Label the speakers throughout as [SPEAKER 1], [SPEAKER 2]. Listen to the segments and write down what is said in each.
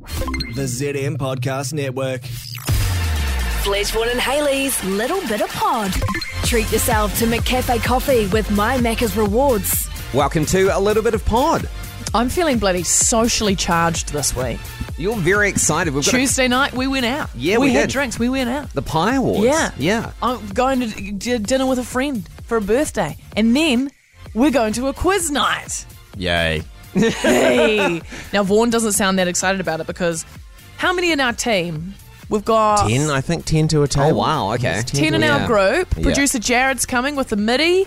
[SPEAKER 1] The ZM Podcast Network.
[SPEAKER 2] Fleshborn and Haley's Little Bit of Pod. Treat yourself to McCafe coffee with My Macca's rewards.
[SPEAKER 3] Welcome to a little bit of pod.
[SPEAKER 4] I'm feeling bloody socially charged this week.
[SPEAKER 3] You're very excited. We've got a-
[SPEAKER 4] Tuesday night, we went out.
[SPEAKER 3] Yeah, we
[SPEAKER 4] had
[SPEAKER 3] did.
[SPEAKER 4] drinks. We went out.
[SPEAKER 3] the pie awards.
[SPEAKER 4] Yeah,
[SPEAKER 3] yeah.
[SPEAKER 4] I'm going to d- d- dinner with a friend for a birthday, and then we're going to a quiz night.
[SPEAKER 3] Yay!
[SPEAKER 4] Hey, now Vaughan doesn't sound that excited about it because how many in our team? We've got
[SPEAKER 5] Ten, I think ten to a table.
[SPEAKER 3] Oh wow! Okay.
[SPEAKER 5] It's
[SPEAKER 4] ten in
[SPEAKER 3] Yeah.
[SPEAKER 4] our group.
[SPEAKER 3] Yeah.
[SPEAKER 4] Producer Jared's coming with the midi.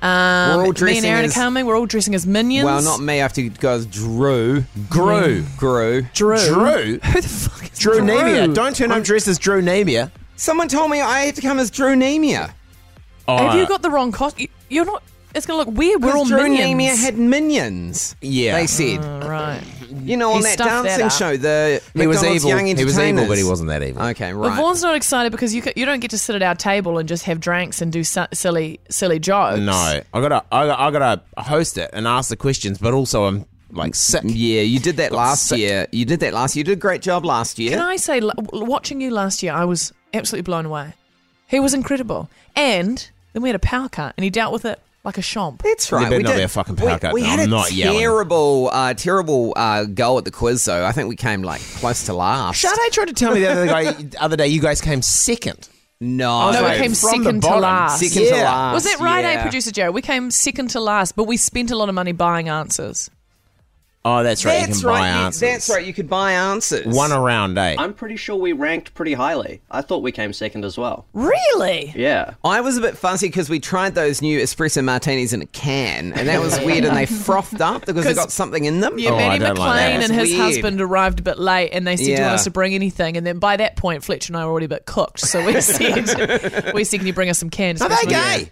[SPEAKER 4] Um,
[SPEAKER 3] We're all
[SPEAKER 4] me
[SPEAKER 3] dressing
[SPEAKER 4] and Aaron
[SPEAKER 3] as-
[SPEAKER 4] are coming. We're all dressing as minions.
[SPEAKER 3] Well, not me. After you guys, Drew, Grew, Grew,
[SPEAKER 4] Drew.
[SPEAKER 5] Drew.
[SPEAKER 4] Who the fuck is
[SPEAKER 5] Drew Nemia. Don't turn up dressed as Drew Nemia.
[SPEAKER 3] Someone told me I had to come as Drew Nemia.
[SPEAKER 4] Have you got the wrong cost? you- You're not. It's going to look weird. We're all
[SPEAKER 3] Drew Nemia
[SPEAKER 4] minions.
[SPEAKER 3] had minions.
[SPEAKER 5] Yeah.
[SPEAKER 3] They said,
[SPEAKER 4] right.
[SPEAKER 3] you know, on
[SPEAKER 4] He
[SPEAKER 3] that
[SPEAKER 4] stuffed that
[SPEAKER 3] dancing
[SPEAKER 4] up.
[SPEAKER 3] show, the
[SPEAKER 5] He was
[SPEAKER 3] McDonald's
[SPEAKER 5] evil.
[SPEAKER 3] Young
[SPEAKER 5] He was evil,
[SPEAKER 3] Entertainers.
[SPEAKER 5] but he wasn't that evil.
[SPEAKER 3] Okay,
[SPEAKER 4] But
[SPEAKER 3] right.
[SPEAKER 4] Vaughn's not excited because you ca- you don't get to sit at our table and just have drinks and do si- silly silly jokes.
[SPEAKER 5] No, I gotta, I gotta, I gotta host it and ask the questions, but also I'm like sick.
[SPEAKER 3] yeah, you did that last
[SPEAKER 5] sick.
[SPEAKER 3] year. You did that last year. You did a great job last year.
[SPEAKER 4] Can I say, l- watching you last year, I was absolutely blown away. He was incredible, and then we had a power cut, and he dealt with it like a chomp.
[SPEAKER 3] That's right.
[SPEAKER 5] There better
[SPEAKER 3] we
[SPEAKER 5] not
[SPEAKER 3] did-
[SPEAKER 5] be a fucking
[SPEAKER 3] we-
[SPEAKER 5] power cut,
[SPEAKER 3] We,
[SPEAKER 5] though.
[SPEAKER 3] had
[SPEAKER 5] I'm
[SPEAKER 3] a
[SPEAKER 5] not yelling.
[SPEAKER 3] terrible, uh, terrible uh, go at the quiz, though. I think we came like close to last.
[SPEAKER 5] Sade tried to tell me the other, guy, the other day you guys came second.
[SPEAKER 3] No,
[SPEAKER 4] Oh, no,
[SPEAKER 5] like,
[SPEAKER 4] we came
[SPEAKER 5] from the
[SPEAKER 4] second to
[SPEAKER 5] bottom,
[SPEAKER 4] last.
[SPEAKER 3] second to
[SPEAKER 5] Yeah.
[SPEAKER 3] last.
[SPEAKER 4] Was that right, eh,
[SPEAKER 3] yeah.
[SPEAKER 4] producer Jared? We came second to last, but we spent a lot of money buying answers.
[SPEAKER 5] Oh, that's right. you
[SPEAKER 3] That's
[SPEAKER 5] can buy
[SPEAKER 3] right. you-
[SPEAKER 5] answers.
[SPEAKER 3] that's right. You could buy answers.
[SPEAKER 5] One around, eh?
[SPEAKER 6] I'm pretty sure we ranked pretty highly. I thought we came second as well.
[SPEAKER 4] Really?
[SPEAKER 6] Yeah.
[SPEAKER 3] I was a bit fuzzy because we tried those new espresso martinis in a can, and that was weird. And they frothed up because they
[SPEAKER 4] 'Cause-
[SPEAKER 3] got something in them.
[SPEAKER 4] Yeah,
[SPEAKER 5] Oh, I
[SPEAKER 4] Manny
[SPEAKER 5] don't
[SPEAKER 4] McLean
[SPEAKER 5] like that.
[SPEAKER 4] and
[SPEAKER 3] That's
[SPEAKER 4] his
[SPEAKER 3] weird.
[SPEAKER 4] husband arrived a bit late, and they said, "Do you
[SPEAKER 3] Yeah.
[SPEAKER 4] want us to bring anything?" And then by that point, Fletcher and I were already a bit cooked, so we said, "We said, can you bring us some cans?"
[SPEAKER 5] Are they
[SPEAKER 4] Because we-
[SPEAKER 5] gay?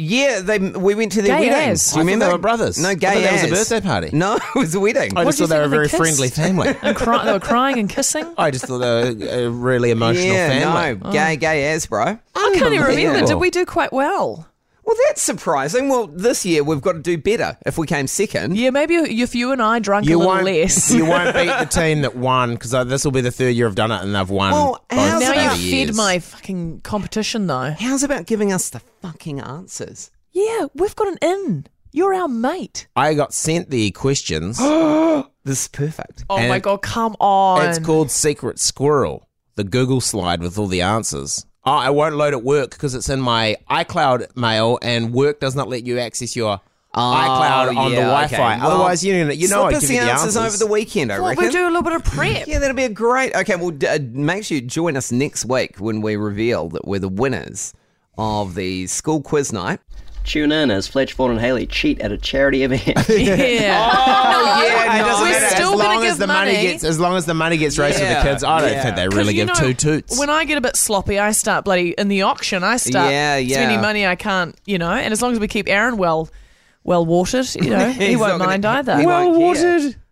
[SPEAKER 3] Yeah, they. We went to their
[SPEAKER 4] Gay
[SPEAKER 3] wedding.
[SPEAKER 4] as.
[SPEAKER 3] Do you
[SPEAKER 5] I thought
[SPEAKER 3] remember?
[SPEAKER 5] they were brothers.
[SPEAKER 3] No,
[SPEAKER 5] I
[SPEAKER 3] gay.
[SPEAKER 5] thought that was a
[SPEAKER 3] as.
[SPEAKER 5] birthday party.
[SPEAKER 3] No, it was a wedding.
[SPEAKER 5] I
[SPEAKER 4] What
[SPEAKER 5] just
[SPEAKER 4] do you
[SPEAKER 5] thought they were
[SPEAKER 4] think
[SPEAKER 5] a
[SPEAKER 4] of the
[SPEAKER 5] very
[SPEAKER 4] kiss?
[SPEAKER 5] friendly family.
[SPEAKER 4] And cry- they were crying and kissing. I
[SPEAKER 5] I just thought they were a really emotional
[SPEAKER 3] yeah,
[SPEAKER 5] family.
[SPEAKER 3] no, gay, gay as, bro.
[SPEAKER 4] can't even remember.
[SPEAKER 5] Unbelievable.
[SPEAKER 4] Did we do quite well?
[SPEAKER 3] Well, that's surprising. Well, this year we've got to do better. If we came second,
[SPEAKER 4] Yeah, maybe if you and I drank a little less.
[SPEAKER 5] you won't beat the team that won because this will be the third year I've done it and they've won.
[SPEAKER 3] Well,
[SPEAKER 5] both
[SPEAKER 3] how's
[SPEAKER 5] of
[SPEAKER 4] now
[SPEAKER 3] about
[SPEAKER 5] those
[SPEAKER 4] you
[SPEAKER 3] that?
[SPEAKER 4] fed
[SPEAKER 5] years.
[SPEAKER 4] my fucking competition though.
[SPEAKER 3] how's about giving us the fucking answers?
[SPEAKER 4] Yeah, we've got an in. You're our mate.
[SPEAKER 5] I got sent the questions.
[SPEAKER 3] This is perfect.
[SPEAKER 4] Oh
[SPEAKER 5] And
[SPEAKER 4] my god, come on!
[SPEAKER 5] it's called Secret Squirrel, the Google slide with all the answers. Oh, I won't load at work because it's in my iCloud mail and work does not let you access your
[SPEAKER 4] Oh,
[SPEAKER 5] iCloud on the
[SPEAKER 3] yeah,
[SPEAKER 5] Wi
[SPEAKER 3] okay.
[SPEAKER 5] Fi.
[SPEAKER 3] Well,
[SPEAKER 5] Otherwise, you know, you know
[SPEAKER 3] slip
[SPEAKER 5] I
[SPEAKER 3] us
[SPEAKER 5] give
[SPEAKER 3] the
[SPEAKER 5] you the
[SPEAKER 3] answers, over the weekend. I
[SPEAKER 4] Well,
[SPEAKER 3] reckon.
[SPEAKER 4] we do a little bit of prep.
[SPEAKER 3] Yeah, that'll be a great. Okay, well, d- uh, make sure you join us next week when we reveal that we're the winners of the school quiz night.
[SPEAKER 6] Tune in as Fletch, Vaughan, and Haley cheat at a charity event.
[SPEAKER 4] Yeah.
[SPEAKER 3] Oh
[SPEAKER 4] yeah, no.
[SPEAKER 3] doesn't
[SPEAKER 4] We're
[SPEAKER 3] matter.
[SPEAKER 4] still
[SPEAKER 5] as long
[SPEAKER 4] gonna
[SPEAKER 5] as
[SPEAKER 4] give
[SPEAKER 5] the money,
[SPEAKER 4] money.
[SPEAKER 5] gets, as long as the money gets raised for
[SPEAKER 3] Yeah.
[SPEAKER 5] the kids, I don't
[SPEAKER 3] Yeah.
[SPEAKER 5] think they
[SPEAKER 4] 'Cause
[SPEAKER 5] really
[SPEAKER 4] you
[SPEAKER 5] give
[SPEAKER 4] know,
[SPEAKER 5] two toots.
[SPEAKER 4] When I get a bit sloppy, I start bloody in the auction. I start
[SPEAKER 3] Yeah, yeah.
[SPEAKER 4] spending money I can't, you know. And as long as we keep Aaron well, well watered, you know, he
[SPEAKER 3] He's
[SPEAKER 4] won't
[SPEAKER 3] not gonna-
[SPEAKER 4] mind either.
[SPEAKER 3] he won't care.